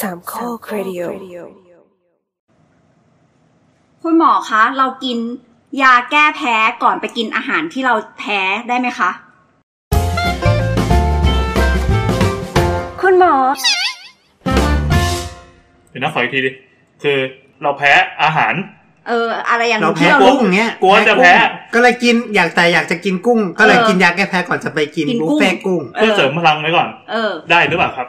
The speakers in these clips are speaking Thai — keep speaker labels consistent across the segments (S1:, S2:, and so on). S1: สามข้อครดิโอ
S2: คุณหมอคะ เรากินยาแก้แพ้ก่อนไปกินอาหารที่เราแพ้ได้ไหมคะ
S1: คุณหมอ
S3: เดี๋ยวนะขออีกทีดิคือเราแพ้อาหาร
S2: เออ อะไรอย่าง
S4: เราแพ้
S2: ที่เรา
S4: กุ้
S2: รู้
S4: งเนี้ย
S3: กลัวจะแพ้
S4: กุ้งก็เลยกินอยากแต่อยากจะกินกุ้ง ก็เลย
S2: เออ
S4: กินยาแก้แพ้ก่อนจะไปกิน
S2: กินกุ้
S4: บุ
S2: ง
S4: ฟเฟ่กุ้ง
S3: เพื่อเสริมพลังไว้ก่อน
S2: เออ
S3: ได้หรือเปล่าครับ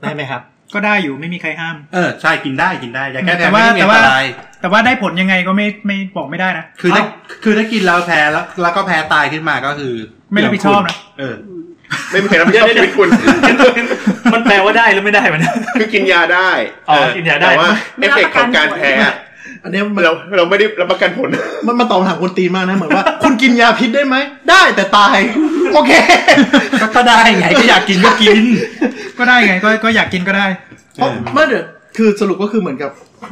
S4: ได้ไหมครับ
S5: ก็ได้อยู่ไม่มีใครห้าม
S6: เออใช่กินได้กินได้ยาแก้
S5: แต่
S6: แพ้
S5: ว่า
S6: ไม่ได้มี
S5: แต่
S6: อัน
S5: ว่า
S6: ตราย
S5: แต่ว่าได้ผลยังไงก็ไม่ไม่บอกไม่ได้นะ
S6: คือถ้า
S5: เอ้า
S6: คือถ้ากินแล้วแพ้แล้วแล้วก็แพ้ตายขึ้นมาก็คือ
S5: ไม่รับผิดชอบนะ
S6: เออ
S7: ไม่มีใครรับผิดชอบชีวิตคุณ
S3: มันแปลว่าได้หรือไม่ได้มัน
S7: คือกินยาได้
S3: อ๋อกินยาได้
S7: แต่ว่า
S2: ไม่
S7: เอ
S2: รั
S7: ฟ
S2: บป
S7: เฟก
S2: ระ
S7: ต์
S2: กัน
S7: ของการ
S2: ผล
S7: แพ้อะ
S6: อันเนี้ยมัน
S7: เราเราไม่ได้รับประกันผล
S6: มันมาตอบคำถามคนตีนมากนะเหมือนว่า คุณกินยาพิษได้ไหม ได้แต่ตาย โอเค
S4: ก็ก็ได้ไง
S6: ไอ้ก็อยากกินก็กิน
S5: ก็ได้ไงก็ก็อยากกินก็ได้
S6: เพราะไม่เดี๋ยวคือสรุปก็คือเหมือนกับ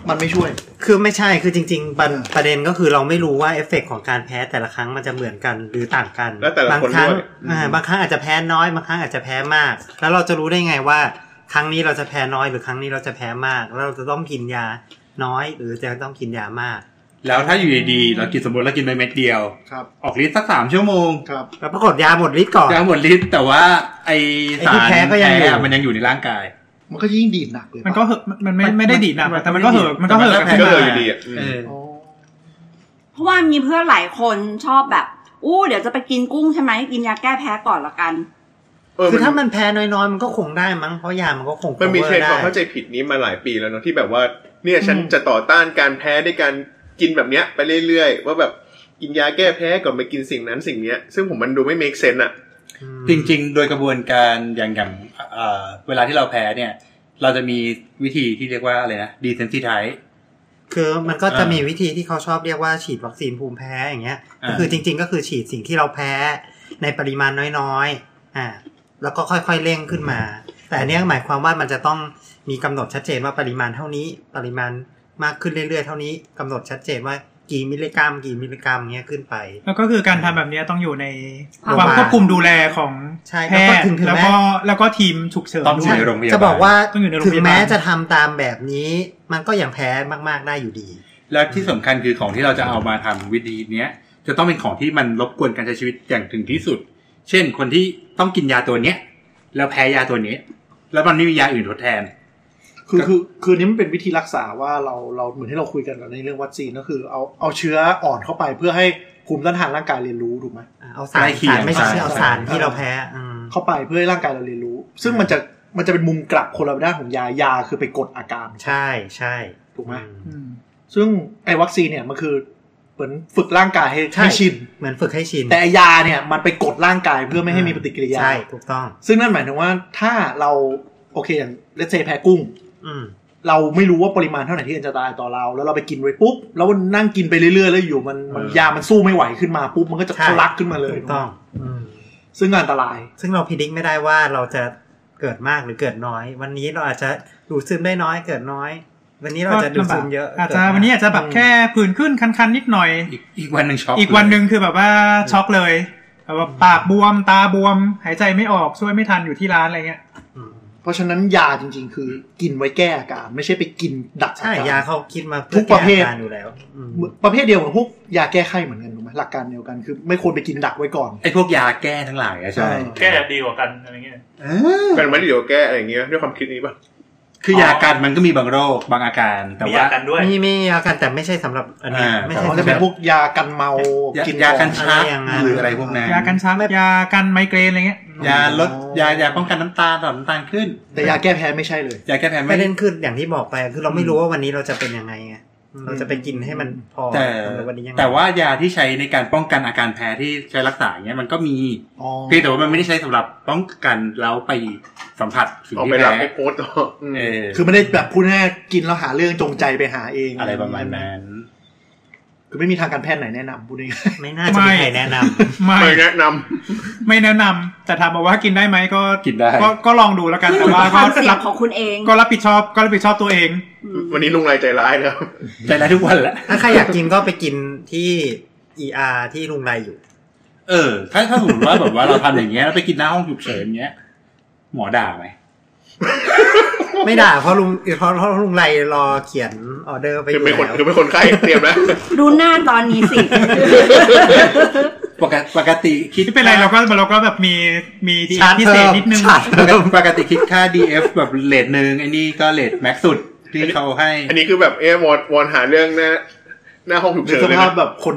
S6: มันไม่ช่วย
S4: คือไม่ใช่คือจริงๆประประเด็นก็คือเราไม่รู้ว่าเอฟเฟกต์ของการแพ้แต่ละครั้งมันจะเหมือนกันหรือต่างกัน
S7: และแต่ละ
S4: บาง
S7: คน
S4: ครั้ง
S7: ด้วย
S4: อ่าบางครั้งอาจจะแพ้น้อยบางครั้งอาจจะแพ้มาก แล้วเราจะรู้ได้ไงว่า ครั้งนี้เราจะแพ้น้อยหรือครั้งนี้เราจะแพ้มากแล้วเราจะต้องกินยาน้อยหรือจะต้องกินยามาก
S8: แล้วถ้าอยู่ดีๆเรากินสมมติเรากินไปเม็ดเดียว
S6: ครับ
S8: ออกฤทธิ์สักสามชั่วโมง
S6: ครับ
S4: แล้วปรากฏยาหมดฤทธิ์ก่อน
S8: ยังหมดฤทธิ์แต่ว่าไอ
S4: ไอ้
S8: สา
S4: ที่
S8: ร
S4: แพ้ก็ยังอยู่
S8: อะมันยังอยู่ในร่างกาย
S6: มันก็ยิ่งดีดหนักเลย
S5: มันก็เหอะมันไม่
S8: มัน
S5: ไม่ได้ดีดนะ
S8: มัน
S5: แต่มันก็เหอะมันก็เหอะ
S8: มัน
S5: ขึ้น
S7: ก็
S5: มา
S7: เลยอยู่ดีอ่ะอืม
S8: เออ
S6: อ๋อ
S2: เพราะว่ามีเพื่อนหลายคนชอบแบบ อู้เดี๋ยวจะไปกินกุ้งใช่ไหมกินยาแก้แพ้ก่อนละกัน
S7: เออ
S4: คือ
S7: มั
S4: ถ้าน มันแพ้น้อยๆ มันก็คงได้มั้งเพราะยามันก็คง
S7: มันมี
S4: cover
S7: เทรนด์
S4: ได้
S7: ความเข้าใจผิดนี้มาหลายปีแล้วเนาะที่แบบว่า เนี่ยฉันจะต่อต้านการแพ้ด้วยการกินแบบเนี้ยไปเรื่อยๆ ว่าแบบกินยาแก้แพ้ก่อนไปกินสิ่งนั้นสิ่งเนี้ย ซึ่งผมมันดูไม่ make sense อะ
S4: อืม
S8: จริงๆ โดยกระบวนการอย่างอย่างเอ่อเวลาที่เราแพ้เนี่ย เราจะมีวิธีที่เรียกว่าอะไรนะ desensitize
S4: คือมันก็จะ
S8: อ่ามี
S4: มีวิธีที่เขาชอบเรียกว่าฉีดวัคซีนภูมิแพ้อย่างเงี้ย
S8: อ่า
S4: ก็คือจริง ๆ ก็คือฉีดสิ่งที่เราแพ้ในปริมาณน้อยๆอ่าแล้วก็ค่อยๆเร่งขึ้นมา แต่อันเนี้ยหมายความว่ามันจะต้องมีกำหนดชัดเจนว่าปริมาณเท่านี้ปริมาณมากขึ้นเรื่อยๆ เท่านี้กำหนดชัดเจนว่ากี่มิลลิกรัม กี่มิลลิกรัมเงี้ยขึ้นไป
S5: แล้วก็คือการทำแบบเนี้ยต้องอยู่ใน
S2: ความ
S5: ความควบคุมดูแลของ
S4: ใช่
S5: แพ
S4: แล้วก็
S5: ทย์
S4: ถึงถึง
S5: แล้ว
S4: แม้
S5: ก็แล้วก็ทีมฉุกเฉิน
S8: ต้องอยู่
S5: ด้วย
S8: ในโรงพยาบาล
S4: จะบอกว่า
S5: ต้องอยู่ในโรงพยาบาล
S4: ถึงแม้จะทำตามแบบนี้ มันก็ยังแพ้มากๆได้อยู่ดี
S8: แล้วที่สำคัญคือของที่เราจะเอามาทำวิธีเนี้ยจะต้องเป็นของที่มันรบกวนการใช้ชีวิตอย่างถึงที่สุด เช่นคนที่ต้องกินยาตัวเนี้ย แล้วแพ้ยาตัวเนี้ยแล้วมันไม่มียาอื่นทดแทน
S6: คือคือคือนี่มันเป็นวิธีรักษาว่าเราเราเหมือนที่เราคุยกันในเรื่องวัคซีนก็คือเอาเอาเชื้ออ่อนเข้าไปเพื่อให้ภูมิต้านทานร่างกายเรียนรู้ถูกไหม
S4: เอาสาร
S8: ใกล้เคีย
S4: สาง รไม่ใช่
S8: ใช่
S4: เอาสาร
S6: ใช่
S4: ที่เราแพ้อืม
S6: เข้าไปเพื่อให้ร่างกายเราเรียนรู้ ซึ่งมันจะมันจะเป็นมุมกลับคนละด้านของยายาคือไปกดอาการ
S4: ใช่ใช่
S6: ถูกไหม
S4: อื
S5: อืม
S6: ซึ่งไอ้วัคซีนเนี่ยมันคือเหมือนฝึกร่างกายให้
S4: ใช่
S6: ให้ชิน
S4: เหมือนฝึกให้ชิน
S6: แต่ไอ้ยาเนี่ยมันไปกดร่างกายเพื่อไม่ให้มีปฏิกิริยา
S4: ใช่ถูกต้อง
S6: ซึ่งนั่นหมายถึงว่าถ้าเราโอเคอย่างเลเซแพ้กุ้ง
S4: อืม
S6: เราไม่รู้ว่าปริมาณเท่าไหร่ที่อันจะตรายต่อเรา แล้วเราไปกินไว้ปุ๊บ แล้วมันนั่งกินไปเรื่อยๆแล้วอยู่มันมันยามันสู้ไม่ไหวขึ้นมาปุ๊บมันก็จะทะลักขึ้นมาเลย
S4: ถูกต้องอืม
S6: ซึ่งอันตราย
S4: ซึ่งเราพิจิตไม่ได้ว่าเราจะเกิดมากหรือเกิดน้อย วันนี้เราอาจจะดูดซึมได้น้อยเกิดน้อย วันนี้เราอาจจะดูด
S5: ลำบา
S4: ซึ
S5: ก
S4: มเยอะ
S5: อาจ
S4: เกิ
S5: จะ
S4: ดมก
S5: วันนี้อาจจะแบบแค่ผื่นขึ้นคันๆนิดหน่อย
S8: อีกอีกวันหนึ่งช็อก
S5: อีกวันหนึ่งคือแบบว่าช็อกเลยแบบว่าปากบวมตาบวม หายใจไม่ออกช่วยไม่ทันอยู่ที่ร้านอะไรเงี้ย
S4: อืม
S6: เพราะฉะนั้นยาจริง ๆ คือกินไว้แก้อาการ ไม่ใช่ไปกินดักอา
S4: ใช่
S6: กาย
S4: าร เขาคิดมา
S6: ทุกประเภท
S4: แก้อาารอยู่แล้วอืม
S6: ประเภทเดียวกับพวกยาแก้ไข้เหมือนกันถูกไหมหลักการเดียวกันคือ ไม่ควรไปกินดักไว้ก่อน
S8: ไอ้พวกยาแก้ทั้งหลายอะใช่
S6: ใช่
S3: แก้ดีกว่ากันอะไรเงี้ย
S8: เออ
S7: กันไม่ได้เดี๋ยวแก้อะไรอย่างเงี้ยด้วยความคิดนี้ป่ะ
S8: คือยากันมันก็มีบางโรคบางอาการแต่
S3: มี
S8: ว่า
S3: ยากันด้วย
S4: มีมีอาการแต่ไม่ใช่สำหรับอันนี้
S8: อ่า
S4: ไม่
S6: อ๋
S4: ใช่
S6: อ
S4: สำห
S6: จะเป็น
S4: รับ
S6: พวกยากันเมาย
S8: า
S6: กิน
S8: ยา
S6: ก่อน
S8: กันชัก
S4: อะไรอย่างนั้น
S8: หรืออะไรพวกนั้น
S5: ยากันชักยากันไมเกรนอะไรเงี้ย
S8: ยาลดยายาป้องกันน้ำตาลต่อดน้ำตาลขึ้น
S6: แต่ยาแก้แพ้ไม่ใช่เลย
S8: ยาแก้แพ้
S4: ป
S8: ไม่
S4: ระ
S8: ได้
S4: เด็นคืออย่างที่บอกไปคือเราไม่รู้ว่าวันนี้เราจะเป็นยังไงไงเราจะไปกินให้มันพอ
S8: แต่
S4: หรือวันนี้ยังไง
S8: แต่ว่ายาที่ใช้ในการป้องกันอาการแพ้ที่ใช้รักษาอย่างเงี้ยมันก็มี
S6: อ๋อ
S8: เพียงแต่ว่ามันไม่ได้ใช้สำหรับป้องกันแล้วไปสัมผัสสิ่ง
S7: ออก
S8: ที่
S7: ไปรับ
S8: แพ้
S7: ไอ้โพสต์ต่ออืม
S8: เออ
S6: คือไม่ได้แบบพูดง่ายๆกินแล้วหาเรื่องจงใจไปหาเอง
S8: อะไรประมาณนั้น
S6: คือไม่มีทางการแพทย์ไหนแนะนำพูดง่าย
S4: ไม่น่าจะมีใครแนะนำ
S5: ไม่
S7: ไม่แนะนำ
S5: ไม่แนะนำแต่ถามบอกว่ากินได้ไหมก็
S8: กินได้
S5: ก็ก็ลองดูแล้วกัน
S2: ขึ้นอ
S5: แต่
S2: ยู่
S5: ว่า
S2: กับควา
S5: ก็
S2: มเสี่ย
S5: รั
S2: ง
S5: บ
S2: ของคุณเอง
S5: ก็รับผิดชอบก็รับผิดชอบตัวเอง
S2: อืม
S7: วันนี้ลุงไรายใจร้ายนะครับ
S8: ใจร้ายทุกวันแหละ
S4: ถ้าใครอยากกินก็ไปกินที่ ER ที่ลุงไรอยู่
S8: เออ ถ้าถ้าสมมติว่าแบบว่าเราทำอย่างเงี้ยแล้วไปกินหน้าห้องฉุกเฉินเงี้ย หมอด่าไหม
S4: ไม่ด่าเพราะลุงเพราะเพราะลุงไรรอเขียนออเดอร์ไปอ
S7: คือยู่ เป็นคน
S4: แล้ว
S7: คือเป็นคนไข้เตรียมแล้ว
S2: ดูหน้าตอนนี้สิ
S8: ปกติปกติคิด
S5: ไม่เป็นไรเราก็เราก็แบบมีมีดี
S4: ชาร์จ
S5: พิเศ
S4: เพิ่
S5: ษ
S4: ม
S5: นิดนึง
S4: ชาร์จ
S8: ปก
S4: เพิ่ม
S8: ติปกติคิดค่า DF แบบเลทหนึ่งไอ้นี่ก็เลทแม็กสุดที่เขาให้
S7: อันนี้คือแบบเอ๊ะวอนวอนหาเรื่องหน้าหน้าห้องฉุก
S6: หรือ
S7: เฉิน
S6: ส
S7: เลย
S6: ภาพ
S7: นะ
S6: แบบคน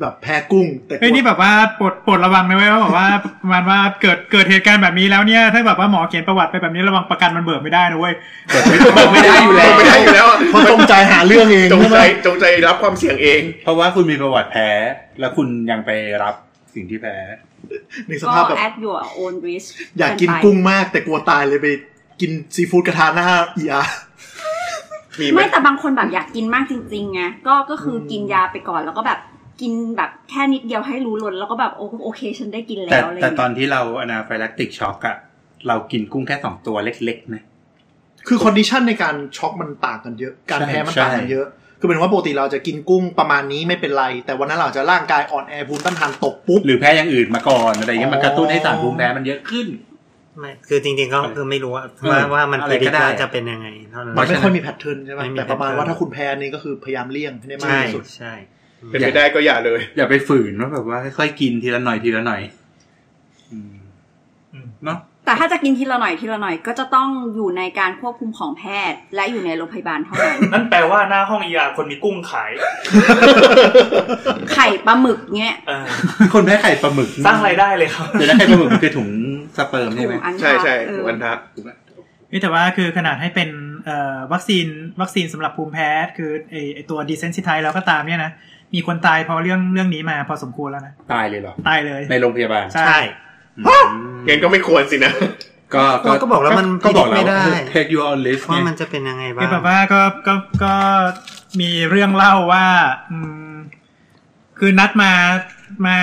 S6: แบบแพ้กุ้ง แต่ก
S5: เฮ้ย
S6: ลัว
S5: นี่แบบว่าปลดปลดระวังไหมเว้ยว่าแบบว่าประมันว่าเกิดเกิดเหตุการณ์แบบนี้แล้วเนี่ย ถ้าแบบว่าหมอเขียนประวัติไปแบบนี้ระวังประกันมันเบิกไม่ได้นะเว้ย
S8: ไม่ได้อยู่แล้ว
S7: ไม่ได้อยู่แล้วอะ
S6: เพราะจงใจหาเรื่องเอง
S7: จง
S6: ใช่ไห
S7: ใจ
S6: ม
S7: จงใจรับความเสี่ยงเอง
S8: เพราะว่าคุณมีประวัติแพ้ แล้วคุณยังไปรับสิ่งที่แพ้
S6: ในส
S2: ก็
S6: ภาพแบบ
S2: at your own risk
S6: อยากกินกุ้งมากแต่กลัวตายเลยไปกินซีฟู้ดกระทะหน้าเอีย
S7: มีไหม
S2: ไม่แต่บางคนแบบอยากกินมากจริงๆไงก็ก็คือกินยาไปก่อนแล้วก็แบบกินแบบแค่นิดเดียวให้รู้ลนแล้วก็แบบโอโอเคฉันได้กิน
S8: แต่
S2: แล้วอะไร
S8: แต่
S2: เงี้ย
S8: ตอนที่เราอนาไฟลักติกช็อกอะเรากินกุ้งแค่สองตัวเล็กๆนะ
S6: คือคอนดิชันในการช็อกมันต่างกันเยอะ การ
S8: ใช่
S6: แพ้มัน
S8: ใช่
S6: ต่างกันเยอะ คือเป็นว่าปกติเราจะกินกุ้งประมาณนี้ไม่เป็นไร แต่วันนั้นเราอาจจะร่างกายอ่อนแอภูมิต้านทานตกปุ๊บ
S8: หรือแพ้อย่างอื่นมาก่อนอะไรเงี้ยมันกระตุ้นให้สารภูมิแพ้มันเยอะขึ้น
S4: ไม่คือจริงๆก็คือไม่รู้ว่า
S8: เออ
S4: ว่าว่ามัน
S8: อะไร
S4: พิ
S8: ก็
S4: จิต
S8: ได้
S4: ว่าจะเป็นยังไงเท่านั้น
S6: มันไม่ค่อยมีแพทเทิร์นใช่ไหม
S4: ไม่มี
S6: แต่ประมาณ
S4: pattern
S6: ว่าถ้าคุณแพ้นี่ก็คือพยายามเลี่ยงให้ได้มาก
S4: ใช่
S6: ที่สุด
S4: ใช่
S7: เป็นไปได้ก็อย่าเลย
S8: อย่าไปฝืนว่าแบบว่าค่อยๆกินทีละหน่อยทีละหน่อยอืมเนาะ
S2: แต่ถ้าจะกินทีละหน่อยทีละหน่อยก็จะต้องอยู่ในการควบคุมของแพทย์ และอยู่ในโรงพยาบาลเท่านั้น
S3: นั่นแปลว่าหน้าห้องเอียคนมีกุ้งขาย
S2: ไข่ปลาหมึกเงี้ย
S3: เออ
S8: คนแพ้ไข่ปลาหมึก
S3: สร้างรายได้เลย ครับ
S8: เดี๋ยวนะไข่ปลาหมึกมันคือถุงสเปิร์ม
S2: ถู
S8: ใช่ไหม
S2: กอัน
S7: ใช่ใช่
S2: เออ
S7: วันทะ
S5: นี่แต่ว่าคือขนาดให้เป็นเอ่อวัคซีนวัคซีนสำหรับภูมิแพ้ คือไอไอตัวดีเซนซิไทแล้วก็ตามเนี่ยนะ มีคนตายเพราะเรื่องเรื่องนี้มาพอสมควรแล้วนะ
S8: ตายเลยเหรอ
S5: ตายเลย
S8: ในโรงพยาบาล
S5: ใช่
S4: ใช่
S8: อืม
S7: งั้นก็ไม่ควรสินะ
S8: ก็
S4: เราก็บอกแล้วมัน
S8: ก็บอกแล้ว
S4: ไม่ได้
S8: take you on list
S4: ว่า
S8: ไง
S4: มันจะเป็นยังไงบ้า
S5: คือแบ
S4: ง
S5: บว่าก็ก็ก็มีเรื่องเล่าว่าอืมคือนัดมามา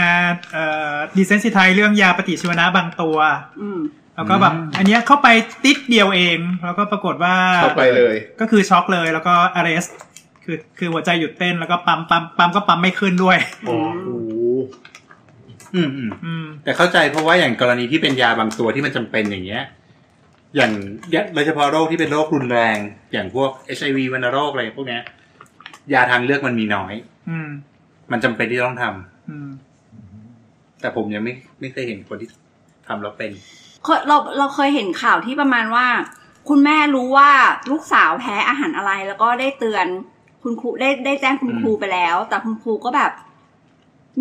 S5: เอ่อดีเซนซิไทเรื่องยาปฏิชีวนะบางตัว
S2: อืม
S5: แล้วก็แบบ
S8: อืม
S5: อันเนี้ยเข้าไปติดเดียวเอง แล้วก็ปรากฏว่า
S7: เข้าไปเลย
S5: ก็คือช็อกเลยแล้วก็ arrest คือคือหัวใจหยุดเต้นแล้วก็ปั๊มปั๊มปั๊มก็ปั๊มไม่ขึ้นด้วย
S8: อืมอืม
S5: อืม
S8: แต่เข้าใจเพราะว่าอย่างกรณีที่เป็นยาบางตัวที่มันจำเป็นอย่างเงี้ย อย่างโดยเฉพาะโรคที่เป็นโรครุนแรง อย่างพวก HIV วัณโรคอะไรพวกเนี้ย ยาทางเลือกมันมีน้อย
S5: อืม
S8: มันจำเป็นที่ต้องทำ
S5: อืม
S8: แต่ผมยังไม่ไม่เคยเห็นคนที่ทำแล้วเป็น
S2: เคยเราเราเคยเห็นข่าวที่ประมาณว่า คุณแม่รู้ว่าลูกสาวแพ้อาหารอะไร แล้วก็ได้เตือนคุณครูได้ได้แจ้งคุณ
S8: อืม
S2: ครูไปแล้ว แต่คุณครูก็แบบ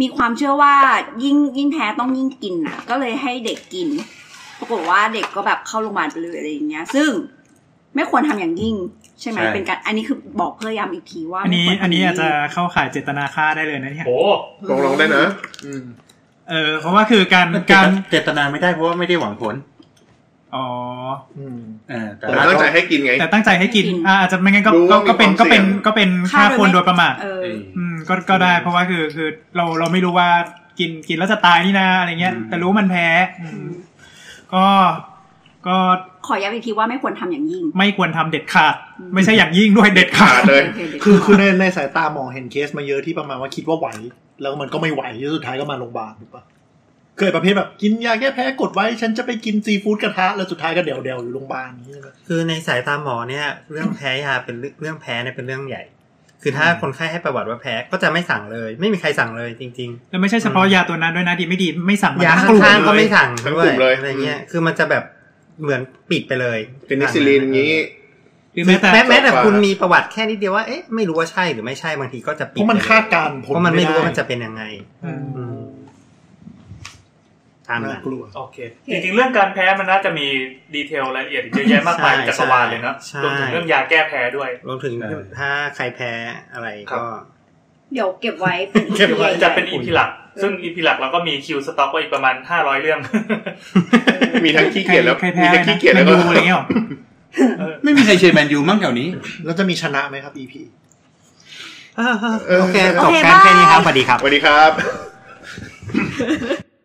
S2: มีความเชื่อว่ายิ่งยิ่งแพ้ต้องยิ่งกินน่ะ ก็เลยให้เด็กกินปรากฏว่าเด็กก็แบบเข้าโรงพยาบาลไปเลยอะไรอย่างเงี้ย ซึ่งไม่ควรทำอย่างยิ่ง ใช่ไหม
S8: ใช่
S2: เป็นการอันนี้คือบอกเพื่อย้ำอีกทีว่า
S5: อันนี้
S2: ไม่ควรทำ
S5: อันนี้อาจจะเข้าข่ายเจตนาฆ่าได้เลยนะเนี่ย
S3: โอ้
S7: ลองลองได้นะ
S5: เออเพราะว่าคือการการ
S8: เจตนาไม่ได้เพราะว่าไม่ได้หวังผล
S5: อ๋อ
S8: เออแต่
S7: แต่
S8: ว่า
S7: ตั้งใจให้กินไง
S5: แต่ตั้งใจให้กินอ่าอาจจะไม่งั้นก็
S7: รู้
S5: ก็
S7: ว่ามี
S5: ก็เป็น
S7: ค
S5: ก็
S7: วา
S5: เป็นก็
S7: มเสี่ยง
S5: เป็น
S2: ฆ่า
S5: ฆ่า
S2: โดย
S5: คน
S2: ไม่
S5: โดยประมาท
S2: เออ
S8: เออ
S5: อืมก็ก็ได้เพราะว่าคือคือเราเราไม่รู้ว่ากินกินแล้วจะตายนี่นะอะไรเงี้ย
S8: อืม
S5: แต่รู้มันแพ้อืมก็ก็
S2: ขอย้ำอีกทีว่าไม่ควรทำอย่างยิ่ง
S5: ไม่ควรทำเด็ดขาด ไม่ใช่อย่างยิ่งด้วยเด็ดขา
S7: ขา
S5: ด
S7: ดเลย
S6: คือคือในในสายตาหมอเห็นเคสมาเยอะที่ประมาณว่าคิดว่าไหว แล้วมันก็ไม่ไหวสุดท้ายก็มาโรงพยาบาลถูกปะเคยประเภทแบบกินยาแก้แพ้กดไว้ ฉันจะไปกินซีฟู้ดกระทะแล้วสุดท้ายก็เดวเดวๆอยู่โรงพยาบาลอย่างนี้ใช่ไหม
S4: คือในสายตาหมอเนี่ย เรื่องแพ้ยาเป็นเรื่องเรื่องแพ้เนี่ยเป็นเรื่องใหญ่ คือถ้าคนไข้ให้ประวัติว่าแพ้ก็จะไม่สั่งเลย ไม่มีใครสั่งเลยจริง
S5: แล้วไม่ใช่เฉพาะยาตัวนั้นด้วยนะดีไม่ดีไม่สั่งมาย
S4: ๆาข้
S5: ทั้งกลุ่ม
S4: างๆก็
S5: เล
S4: ไม่
S5: ย
S4: สั่ง
S7: ทั้ง
S4: ด้ว
S7: กลุ่
S4: ย
S7: มเลย
S4: อะไรเงี้ยคือมันจะแบบเหมือนปิดไปเลย
S7: เป็นนิซิลินอย่างนี้
S5: หรือแม้แต่
S4: แม้แม้แต่คุณมีประวัติแค่นิดเดียวว่าเอ๊ะไม่รู้ว่าใช่หรือไม่ใช่บางทีก็จะปิด
S6: เพราะมัน
S4: ไปเลย
S6: คาดการณ์ผล
S4: เพราะมันไม่รู้ว่ามัน
S6: ด้
S4: จะเป็นยังไง
S5: อืม
S4: อืมตามนั้
S6: น่านกลัว
S3: โอเค จริงๆ เรื่องการแพ้มันน่าจะมีดีเทลรายละเอียดอีกเยอะแยะมากมายจักรวาลเลยนะ
S4: ใช่
S3: รวมถึงเรื่องยาแก้แพ้ด้วย
S4: รวมถึง
S8: ใช่
S4: ถ้าใครแพ้อะไร
S3: ครับ
S4: ก็
S2: เดี๋ยวเก็บไว้เป็น
S4: เก็บไว้
S3: จะเป็นอีพีหลัก ซึ่งอีพีหลักเราก็มีคิวสต็อกไว้อีกประมาณ 500 เรื่อง
S7: มีทั้งขี้เกียจแล้ว
S5: ใคร
S7: มี
S5: แพ้
S7: ทั้ง
S5: นะ
S7: ขี้เกียจ
S5: แม
S7: แล้ว
S5: น
S7: ก็
S5: ยูอะไรเงี้ยหรอ
S8: ไม่มีใครเชียร์แมนยูมั่งแถวนี้
S6: แล้วจะมีชนะไหมครับ EP
S4: โอเคจบการ
S2: โอเค
S4: แค่นี้ครับสวัสดีครับ
S7: สวัสดีครับ